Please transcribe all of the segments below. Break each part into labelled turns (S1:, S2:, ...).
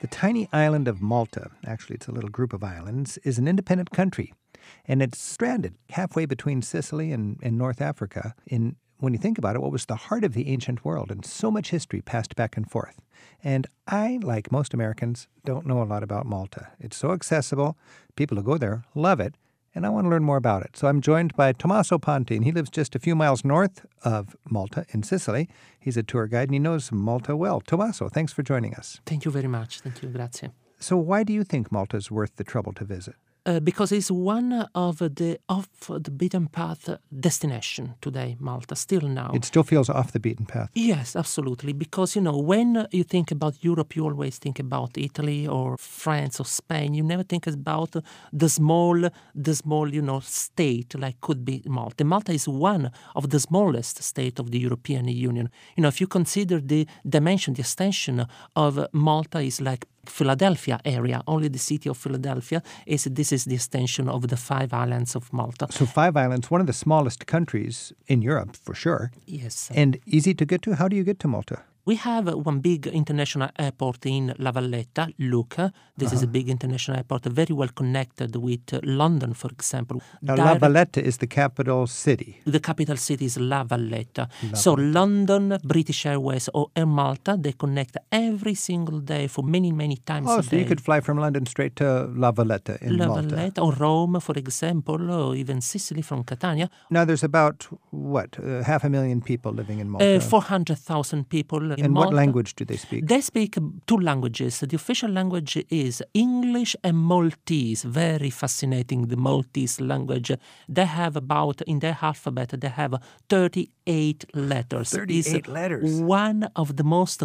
S1: The tiny island of Malta, actually, it's a little group of islands, is an independent country. And it's stranded halfway between Sicily and, and North Africa in, when you think about it, what was the heart of the ancient world. And so much history passed back and forth. And I, like most Americans, don't know a lot about Malta. It's so accessible, people who go there love it. And I want to learn more about it. So I'm joined by Tommaso Ponti, and he lives just a few miles north of Malta in Sicily. He's a tour guide and he knows Malta well. Tommaso, thanks for joining us.
S2: Thank you very much. Thank you. Grazie.
S1: So, why do you think Malta is worth the trouble to visit?
S2: Uh, because it's one of the off the beaten path destination today, Malta, still now.
S1: It still feels off the beaten path.
S2: Yes, absolutely. Because, you know, when you think about Europe, you always think about Italy or France or Spain. You never think about the small, the small, you know, state like could be Malta. Malta is one of the smallest state of the European Union. You know, if you consider the dimension, the extension of Malta is like Philadelphia area. Only the city of Philadelphia is this is the extension of the five islands of Malta.
S1: So five islands, one of the smallest countries in Europe for sure.
S2: Yes.
S1: And easy to get to. How do you get to Malta?
S2: We have one big international airport in La Valletta, Lucca. This uh-huh. is a big international airport, very well connected with London, for example.
S1: Now, Direct... La Valletta is the capital city.
S2: The capital city is La Valletta. La so Valletta. London, British Airways, or Air Malta, they connect every single day for many, many times
S1: oh,
S2: a
S1: so
S2: day.
S1: you could fly from London straight to La Valletta in
S2: La
S1: Malta.
S2: Valletta or Rome, for example, or even Sicily from Catania.
S1: Now, there's about, what, uh, half a million people living in Malta?
S2: Uh, 400,000 people
S1: and
S2: Malta.
S1: what language do they speak?
S2: They speak two languages. The official language is English and Maltese. Very fascinating, the Maltese language. They have about, in their alphabet, they have 38 letters.
S1: 38 it's letters?
S2: One of the most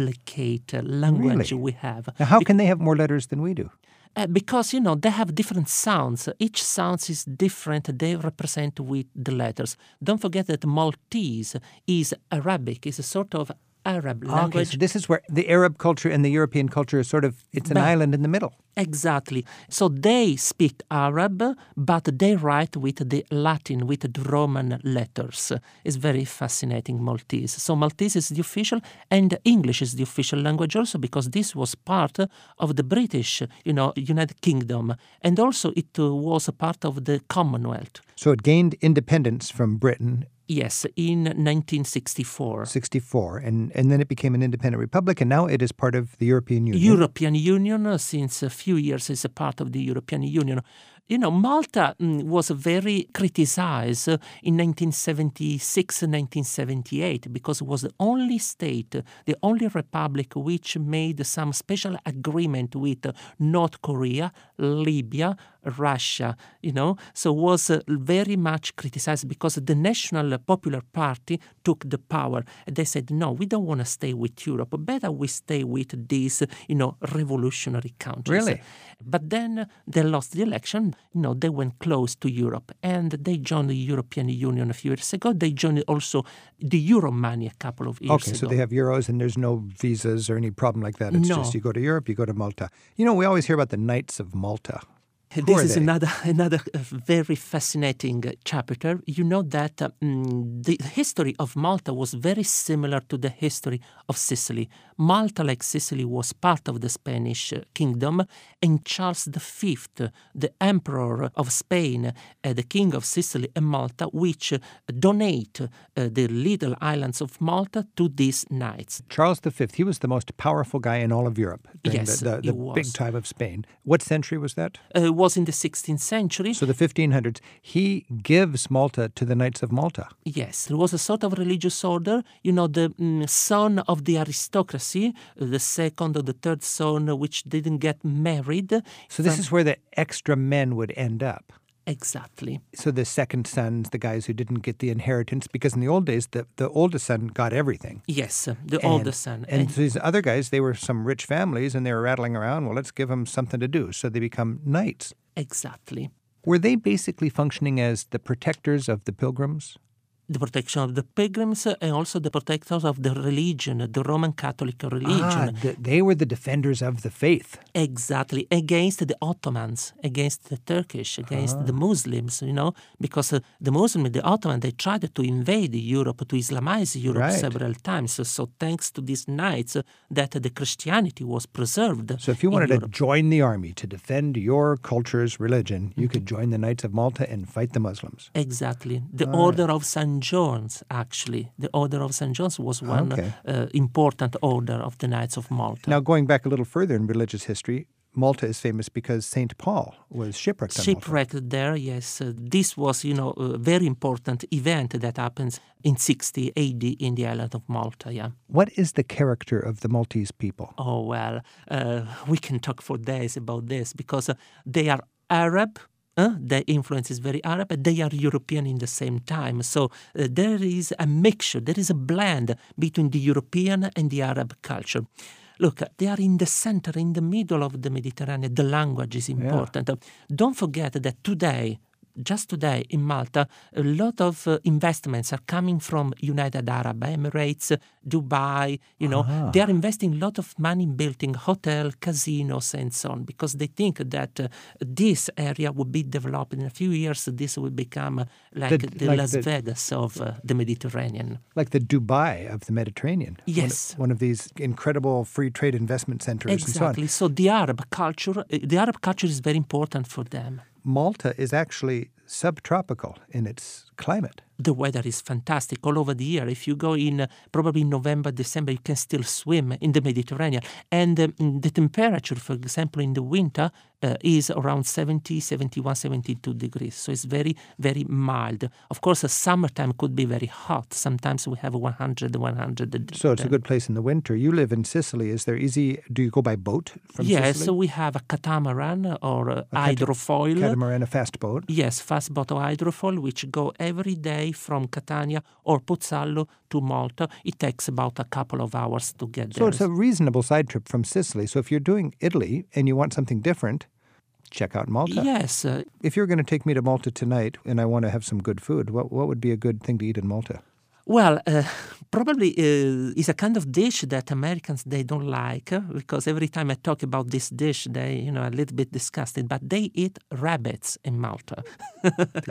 S2: complicated language
S1: really?
S2: we have.
S1: Now how can they have more letters than we do?
S2: Uh, because you know they have different sounds each sound is different they represent with the letters don't forget that maltese is arabic is a sort of Arab language.
S1: Okay, so this is where the Arab culture and the European culture is sort of it's an but, island in the middle.
S2: Exactly. So they speak Arab, but they write with the Latin, with the Roman letters. It's very fascinating Maltese. So Maltese is the official, and English is the official language also because this was part of the British, you know, United Kingdom, and also it was a part of the Commonwealth.
S1: So it gained independence from Britain
S2: Yes, in 1964.
S1: 64, and, and then it became an independent republic, and now it is part of the European Union.
S2: European Union, uh, since a few years, is a part of the European Union. You know, Malta mm, was very criticized uh, in 1976 and 1978 because it was the only state, the only republic which made some special agreement with uh, North Korea, Libya, Russia, you know, so was uh, very much criticized because the National Popular Party took the power. They said, no, we don't want to stay with Europe. Better we stay with these, you know, revolutionary countries.
S1: Really?
S2: But then they lost the election. You know, they went close to Europe and they joined the European Union a few years ago. They joined also the Euro money a couple of years
S1: okay,
S2: ago.
S1: so they have euros and there's no visas or any problem like that. It's
S2: no.
S1: just you go to Europe, you go to Malta. You know, we always hear about the Knights of Malta.
S2: Who
S1: this
S2: is
S1: they?
S2: another another uh, very fascinating uh, chapter. You know that um, the history of Malta was very similar to the history of Sicily. Malta, like Sicily, was part of the Spanish uh, kingdom, and Charles V, the emperor of Spain, uh, the king of Sicily and Malta, which uh, donate uh, the little islands of Malta to these knights.
S1: Charles V, he was the most powerful guy in all of Europe during
S2: Yes,
S1: the, the,
S2: he
S1: the
S2: was.
S1: big time of Spain. What century was that?
S2: Uh, was in the 16th century.
S1: So the 1500s. He gives Malta to the Knights of Malta.
S2: Yes, there was a sort of religious order. You know, the mm, son of the aristocracy, the second or the third son, which didn't get married.
S1: So this
S2: From-
S1: is where the extra men would end up.
S2: exactly.
S1: So the second sons, the guys who didn't get the inheritance, because in the old days, the, the oldest son got everything.
S2: Yes, the
S1: And-
S2: older son.
S1: And, so these other guys, they were some rich families and they were rattling around. Well, let's give them something to do. So they become knights.
S2: exactly.
S1: Were they basically functioning as the protectors of the pilgrims?
S2: the protection of the pilgrims and also the protectors of the religion, the Roman Catholic religion.
S1: Ah, th- they were the defenders of the faith.
S2: Exactly, against the Ottomans, against the Turkish, against
S1: Ah.
S2: the Muslims, you know, because uh, the Muslim, the Ottoman, they tried to invade Europe, to Islamize Europe
S1: Right.
S2: several times. So thanks to these knights, uh, that the Christianity was preserved.
S1: So if you
S2: in
S1: wanted to
S2: Europe.
S1: join the army to defend your culture's religion,
S2: Mm-hmm.
S1: you could join the Knights of Malta and fight the Muslims.
S2: Exactly. The Order of St. John's, actually. The Order of St. John's was one
S1: okay.
S2: uh, important order of the Knights of Malta.
S1: Now, going back a little further in religious history, Malta is famous because St. Paul was shipwrecked on Malta.
S2: Shipwrecked there, yes. Uh, this was, you know, a very important event that happens in 60 AD in the island of Malta, yeah.
S1: What is the character of the Maltese people?
S2: Oh, well, uh, we can talk for days about this because uh, they are Arab. Uh, their influence is very Arab, but they are European in the same time. So uh, there is a mixture, there is a blend between the European and the Arab culture. Look, uh, they are in the center, in the middle of the Mediterranean. The language is important. Uh, Don't forget that today, just today in Malta, a lot of uh, investments are coming from United Arab Emirates, uh, Dubai. You know, they are investing a lot of money in building hotel, casinos, and so on because they think that uh, this area will be developed in a few years. This will become uh, like the,
S1: like
S2: Las
S1: the-
S2: Vegas of uh, the Mediterranean.
S1: Like the Dubai of the Mediterranean. One-
S2: Yes.
S1: One, of these incredible free trade investment centers and so
S2: Exactly.
S1: on.
S2: So the Arab culture, uh, the Arab culture is very important for them.
S1: Malta is actually subtropical in its climate.
S2: the weather is fantastic all over the year. If you go in uh, probably in November, December, you can still swim in the Mediterranean. And um, mm, the temperature, for example, in the winter uh, is around 70, 71, 72 degrees. So it's very, very mild. Of course, uh, summertime could be very hot. Sometimes we have 100, 100.
S1: So it's a good place in the winter. You live in Sicily. Is there easy? Do you go by boat from
S2: Yes,
S1: Sicily?
S2: so we have a catamaran or a hydrofoil.
S1: Catamaran, a fast boat.
S2: Yes, fast boat or hydrofoil, which go every day from Catania or Pozzallo to Malta. It takes about a couple of hours to get
S1: So
S2: there.
S1: it's a reasonable side trip from Sicily. So if you're doing Italy and you want something different, check out Malta.
S2: yes, uh,
S1: If you're going to take me to Malta tonight and I want to have some good food, what, what would be a good thing to eat in Malta?
S2: Well, uh, probably uh, is a kind of dish that Americans they don't like uh, because every time I talk about this dish, they you know a little bit disgusted. But they eat rabbits in Malta,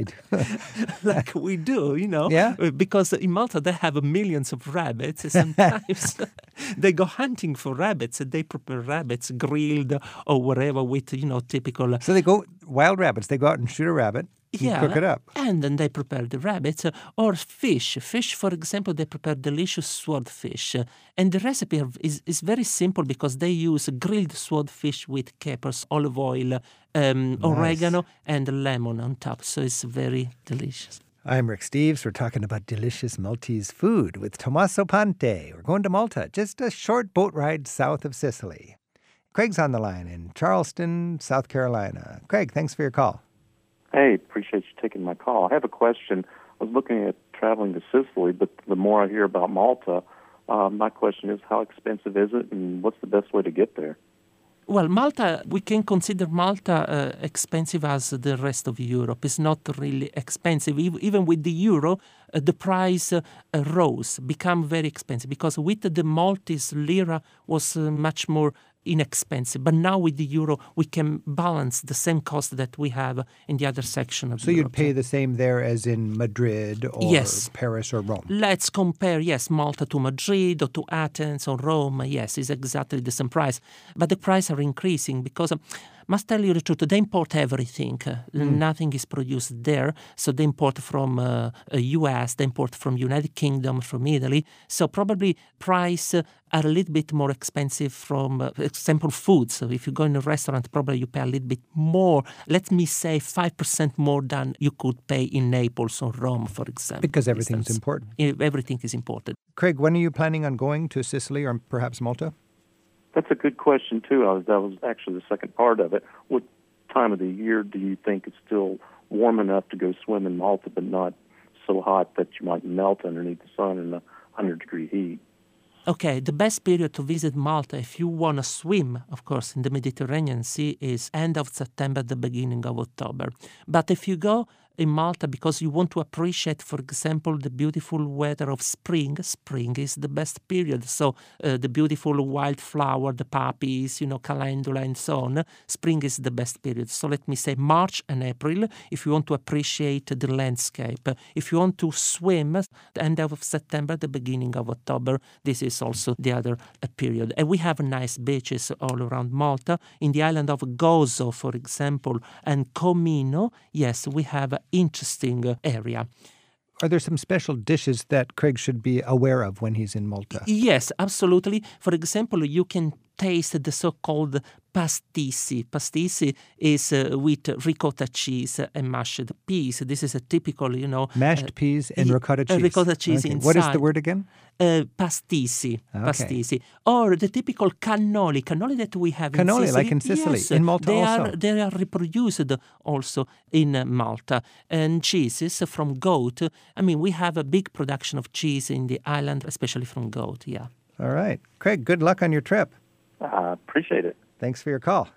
S2: like we do, you know.
S1: Yeah.
S2: Uh, Because in Malta they have millions of rabbits. Sometimes they go hunting for rabbits. They prepare rabbits grilled or whatever with you know typical
S1: So they go wild rabbits. They go out and shoot a rabbit and cook it up.
S2: And then they prepare the rabbits uh, or fish. Fish, for example, they prepare delicious swordfish. uh, And the recipe of- is, is very simple because they use grilled swordfish with capers, olive oil, um, oregano, and lemon on top. So it's very delicious.
S1: I'm Rick Steves. We're talking about delicious Maltese food with Tommaso Ponte. We're going to Malta, just a short boat ride south of Sicily. Craig's on the line in Charleston, South Carolina. Craig, thanks for your call.
S3: Hey, appreciate you taking my call. I have a question. I was looking at traveling to Sicily, but the more I hear about Malta, uh, my question is how expensive is it and what's the best way to get there?
S2: Well, Malta, we can consider Malta uh, expensive as the rest of Europe. It's not really expensive. Ev- Even with the euro, uh, the price uh, uh, rose, become very expensive because with the Maltese lira was uh, much more inexpensive. But now with the euro, we can balance the same cost that we have in the other section of
S1: So
S2: Europe.
S1: you'd pay the same there as in Madrid or
S2: Yes. Mm-hmm.
S1: Paris or Rome.
S2: Let's compare, yes, Malta to Madrid or to Athens or Rome. Yes, it's exactly the same price. But the prices are increasing because, um, must tell you the truth, they import everything. Uh,
S1: Hmm.
S2: Nothing is produced there. So they import from uh, uh, US, they import from United Kingdom, from Italy. So probably price uh, are a little bit more expensive from, uh, for example, food. So if you go in a restaurant, probably you pay a little bit more. Let me say 5% more than you could pay in Naples or Rome, for example.
S1: Because
S2: for
S1: everything's
S2: instance
S1: important.
S2: if e, everything is imported.
S1: Craig, when are you planning on going to Sicily or perhaps Malta?
S3: That's a good question, too. I was, that was actually the second part of it. What time of the year do you think it's still warm enough to go swim in Malta, but not so hot that you might melt underneath the sun in a 100 degree heat?
S2: Okay, the best period to visit Malta if you want to swim, of course, in the Mediterranean Sea is end of September, the beginning of October. But if you go in Malta because you want to appreciate, for example, the beautiful weather of spring. Spring is the best period. So uh, the beautiful wildflower, the poppies, you know, calendula and so on. Spring is the best period. So let me say March and April if you want to appreciate the landscape. If you want to swim, the end of September, the beginning of October, this is also the other uh, period. And we have nice beaches all around Malta. In the island of Gozo, for example, and Comino, yes, we have an interesting uh, area.
S1: Are there some special dishes that Craig should be aware of when he's in Malta?
S2: Yes, absolutely. For example, you can taste the so-called pastissi. Pastissi is uh, with ricotta cheese and mashed peas. This is a typical, you know,
S1: mashed uh, peas and ricotta cheese.
S2: Uh, ricotta cheese okay.
S1: What is the word again?
S2: uh, pastissi,
S1: Ah,
S2: okay. pastissi, or the typical cannoli, cannoli that we have
S1: cannoli,
S2: in Sicily.
S1: like in Sicily,
S2: yes,
S1: in Malta
S2: they
S1: also.
S2: Are, they are reproduced also in Malta. And cheeses from goat. I mean, we have a big production of cheese in the island, especially from goat, yeah.
S1: All right. Craig, good luck on your trip.
S3: I appreciate it.
S1: Thanks for your call.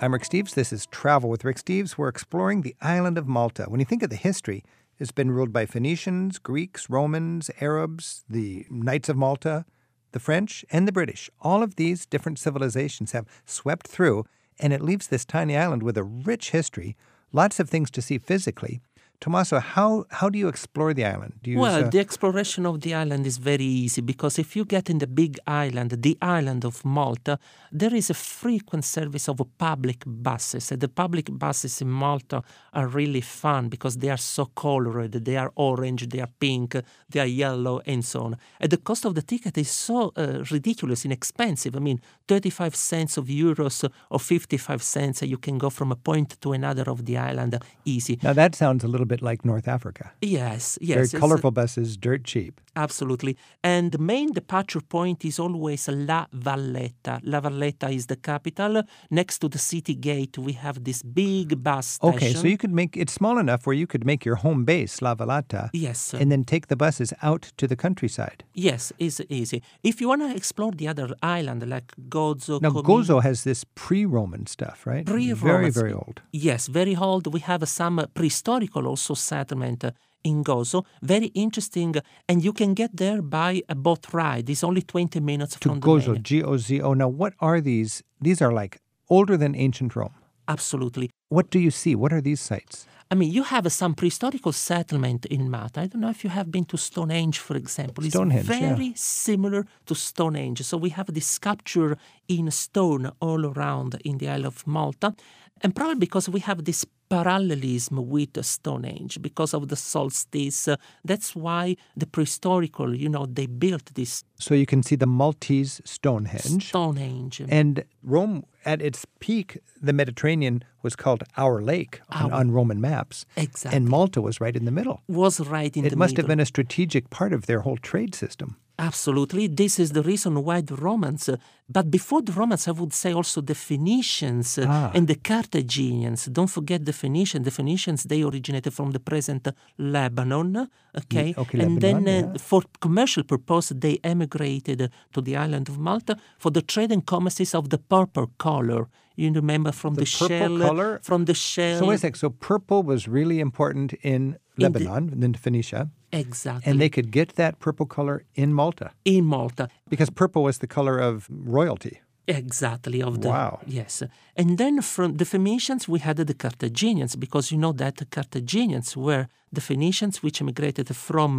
S1: I'm Rick Steves. This is Travel with Rick Steves. We're exploring the island of Malta. When you think of the history, it's been ruled by Phoenicians, Greeks, Romans, Arabs, the Knights of Malta, the French, and the British. All of these different civilizations have swept through, and it leaves this tiny island with a rich history, lots of things to see physically, Tommaso, how, how do you explore the island? Do you
S2: well,
S1: use, uh...
S2: the exploration of the island is very easy because if you get in the big island, the island of Malta, there is a frequent service of public buses. And the public buses in Malta are really fun because they are so colored. They are orange, they are pink, they are yellow, and so on. And the cost of the ticket is so uh, ridiculous, inexpensive. I mean, 35 cents of euros or 55 cents, you can go from a point to another of the island easy.
S1: Now, that sounds a little bit bit like North Africa.
S2: Yes, uh, yes.
S1: Very colorful buses, dirt cheap.
S2: Absolutely. And the main departure point is always La Valletta. La Valletta is the capital. Next to the city gate, we have this big bus station.
S1: Okay, so you could make it small enough where you could make your home base, La Valletta.
S2: Yes.
S1: And then take the buses out to the countryside.
S2: Yes, it's easy. If you want to explore the other island, like Gozo.
S1: Now,
S2: Comi-
S1: Gozo has this pre Roman stuff, right?
S2: Pre
S1: Very,
S2: Roman.
S1: very old.
S2: Yes, very old. We have some prehistorical also settlement uh, in Gozo. Very interesting, and you can get there by a boat ride. It's only 20 minutes
S1: to
S2: from
S1: Gozo, G O Z O. Now, what are these? These are like older than ancient Rome.
S2: Absolutely.
S1: What do you see? What are these sites?
S2: I mean, you have some prehistoric settlement in Malta. I don't know if you have been to Stonehenge, for example. It's
S1: Stonehenge,
S2: very
S1: yeah.
S2: similar to Stonehenge. So we have this sculpture in stone all around in the Isle of Malta. And probably because we have this parallelism with Stonehenge because of the solstice. Uh, that's why the prehistorical, you know, they built this.
S1: So you can see the Maltese Stonehenge.
S2: Stonehenge.
S1: And Rome, at its peak, the Mediterranean was called Our Lake on,
S2: Our-
S1: on Roman maps.
S2: Exactly.
S1: And Malta was right in the middle.
S2: was right in
S1: it
S2: the
S1: must
S2: middle.
S1: have been a strategic part of their whole trade system.
S2: Absolutely. This is the reason why the Romans, uh, but before the Romans, I would say also the Phoenicians uh,
S1: Ah.
S2: and the Carthaginians. Don't forget the Phoenicians. The Phoenicians, they originated from the present Lebanon. Okay.
S1: okay,
S2: and
S1: Lebanon,
S2: then uh,
S1: yeah.
S2: for commercial purpose, they emigrated uh, to the island of Malta for the trade and commerces of the purple color. You remember from the,
S1: The purple
S2: shell,
S1: color?
S2: from the shell.
S1: So wait a sec. So purple was really important in
S2: the-
S1: Lebanon, and then Phoenicia,
S2: Exactly.
S1: and they could get that purple color in Malta
S2: in Malta.
S1: because purple was the color of royalty.
S2: Exactly of the
S1: Wow.
S2: yes, and then from the Phoenicians we had the Carthaginians because you know that the Carthaginians were the Phoenicians which emigrated from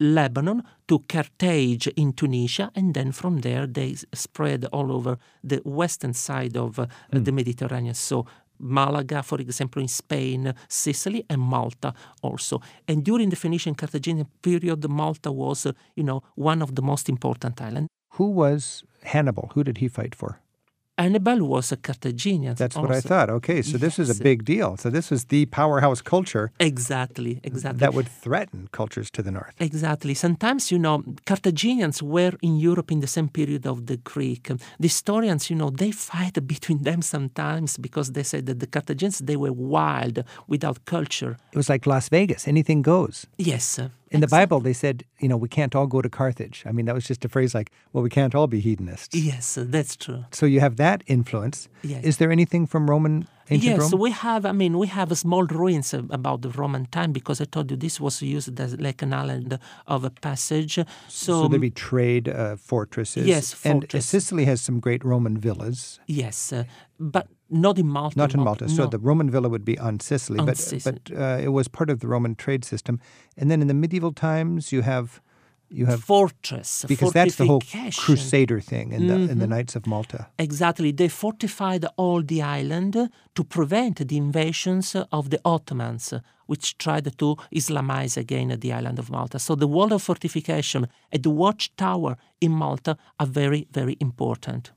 S2: Lebanon to Carthage in Tunisia, and then from there they s- spread all over the western side of uh, the Mediterranean. So. Malaga, for example, in Spain, Sicily, and Malta also. And during the Phoenician Carthaginian period, Malta was, uh, you know, one of the most important islands.
S1: Who was Hannibal? Who did he fight for?
S2: Hannibal was a Carthaginian.
S1: That's what I
S2: also.
S1: thought. Okay, so this is
S2: Yes.
S1: a big deal. So this was the powerhouse culture
S2: Exactly, exactly.
S1: that would threaten cultures to the north.
S2: Exactly. Sometimes, you know, Carthaginians were in Europe in the same period of the Greek. The historians, you know, they fight between them sometimes because they say that the Carthaginians, they were wild without culture.
S1: It was like Las Vegas, anything goes.
S2: Yes,
S1: In the Bible, they said, you know, we can't all go to Carthage. I mean, that was just a phrase like, well, we can't all be hedonists.
S2: Yes, that's true.
S1: So you have that influence.
S2: Yes.
S1: Is there anything from Roman ancient
S2: yes,
S1: Rome?
S2: we have. I mean, we have small ruins ab- about the Roman time because I told you this was used as like an island of a passage. So,
S1: so there'd be trade uh, fortresses.
S2: um, Yes,
S1: and uh,
S2: fortress.
S1: Sicily has some great Roman villas,
S2: yes, uh, but not in Malta.
S1: not in Malta. So
S2: no.
S1: the Roman villa would be on Sicily,
S2: On
S1: but
S2: Sicily.
S1: but uh, it was part of the Roman trade system. And then in the medieval times, you have you have
S2: fortress
S1: because that's the whole
S2: fortification. Mm-hmm.
S1: crusader thing in the in the Knights of Malta.
S2: Exactly. They fortified all the island to prevent the invasions of the Ottomans, which tried to Islamize again the island of Malta. So the wall of fortification and the watchtower in Malta are very, very important.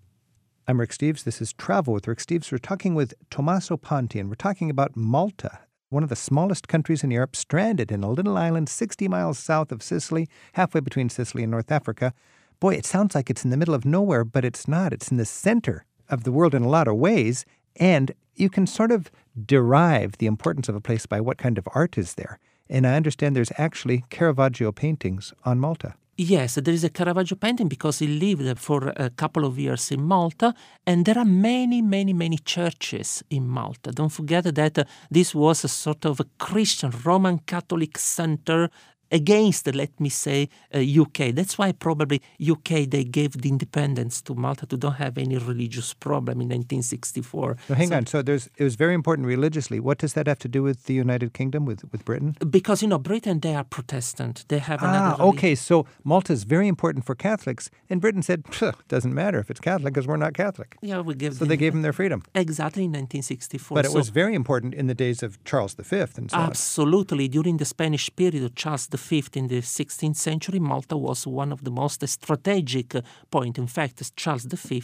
S1: I'm Rick Steves. This is Travel with Rick Steves. We're talking with Tommaso Ponti, and we're talking about Malta, one of the smallest countries in Europe, stranded in a little island 60 miles south of Sicily, halfway between Sicily and North Africa. Boy, it sounds like it's in the middle of nowhere, but it's not. It's in the center of the world in a lot of ways, and you can sort of derive the importance of a place by what kind of art is there. And I understand there's actually Caravaggio paintings on Malta.
S2: Yes, there is a Caravaggio painting because he lived for a couple of years in Malta, and there are many, many, many churches in Malta. Don't forget that uh, this was a sort of a Christian Roman Catholic center against, let me say, uh, UK. That's why probably UK they gave the independence to Malta to don't have any religious problem in 1964.
S1: So hang on. So there's it was very important religiously. What does that have to do with the United Kingdom with with Britain?
S2: Because you know Britain, they are Protestant. They have another.
S1: Ah, okay. So Malta's very important for Catholics, and Britain said "Pfft, doesn't matter if it's Catholic because we're not Catholic.
S2: Yeah, we gave.
S1: So they gave them their freedom.
S2: exactly in 1964.
S1: But it
S2: So-
S1: was very important in the days of Charles V and so on.
S2: Absolutely. During the Spanish period, Charles V in the 16th century, Malta was one of the most strategic uh, point. In fact, Charles V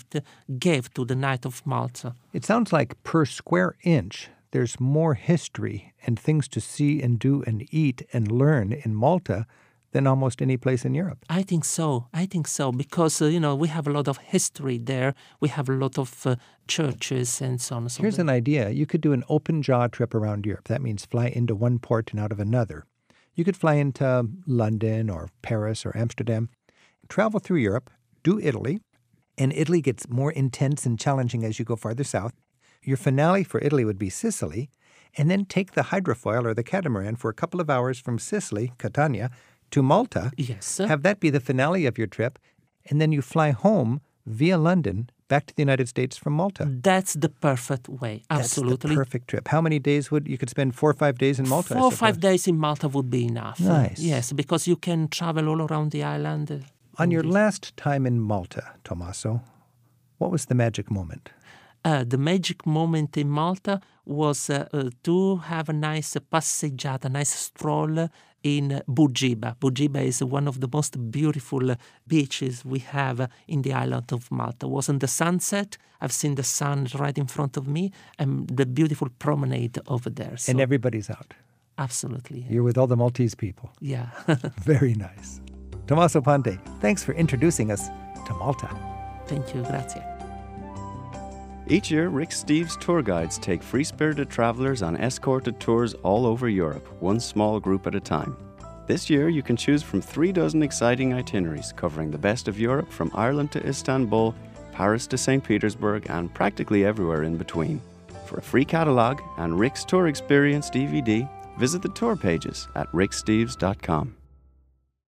S2: gave to the Knight of Malta.
S1: It sounds like per square inch, there's more history and things to see and do and eat and learn in Malta than almost any place in Europe.
S2: I think so. I think so because uh, you know we have a lot of history there. We have a lot of uh, churches and so on. and So
S1: Here's
S2: on.
S1: an idea. You could do an open jaw trip around Europe. That means fly into one port and out of another. You could fly into London or Paris or Amsterdam, travel through Europe, do Italy, and Italy gets more intense and challenging as you go farther south. Your finale for Italy would be Sicily, and then take the hydrofoil or the catamaran for a couple of hours from Sicily, Catania, to Malta.
S2: yes.
S1: Have that be the finale of your trip, and then you fly home via London back to the United States from Malta.
S2: that's the perfect way.
S1: That's
S2: Absolutely.
S1: the perfect trip. How many days would you could spend? Four or five days in Malta. I
S2: Four or five
S1: suppose.
S2: days in Malta would be enough.
S1: Nice.
S2: Yes, because you can travel all around the island. uh,
S1: On your last time in Malta, Tommaso, what was the magic moment?
S2: Uh, the magic moment in Malta was uh, uh, to have a nice passeggiata, a nice stroll in Bugiba. Bugiba is one of the most beautiful beaches we have uh, in the island of Malta. was in the sunset. I've seen the sun right in front of me and the beautiful promenade over there. So
S1: and everybody's out.
S2: absolutely.
S1: You're with all the Maltese people.
S2: Yeah.
S1: Very nice. Tommaso Ponte, thanks for introducing us to Malta.
S2: Thank you. Grazie.
S4: Each year, Rick Steves tour guides take free spirited travelers on escorted tours all over Europe, one small group at a time. This year, you can choose from three dozen exciting itineraries covering the best of Europe from Ireland to Istanbul, Paris to St. Petersburg, and practically everywhere in between. For a free catalogue and Rick's Tour Experience DVD, visit the tour pages at ricksteves.com.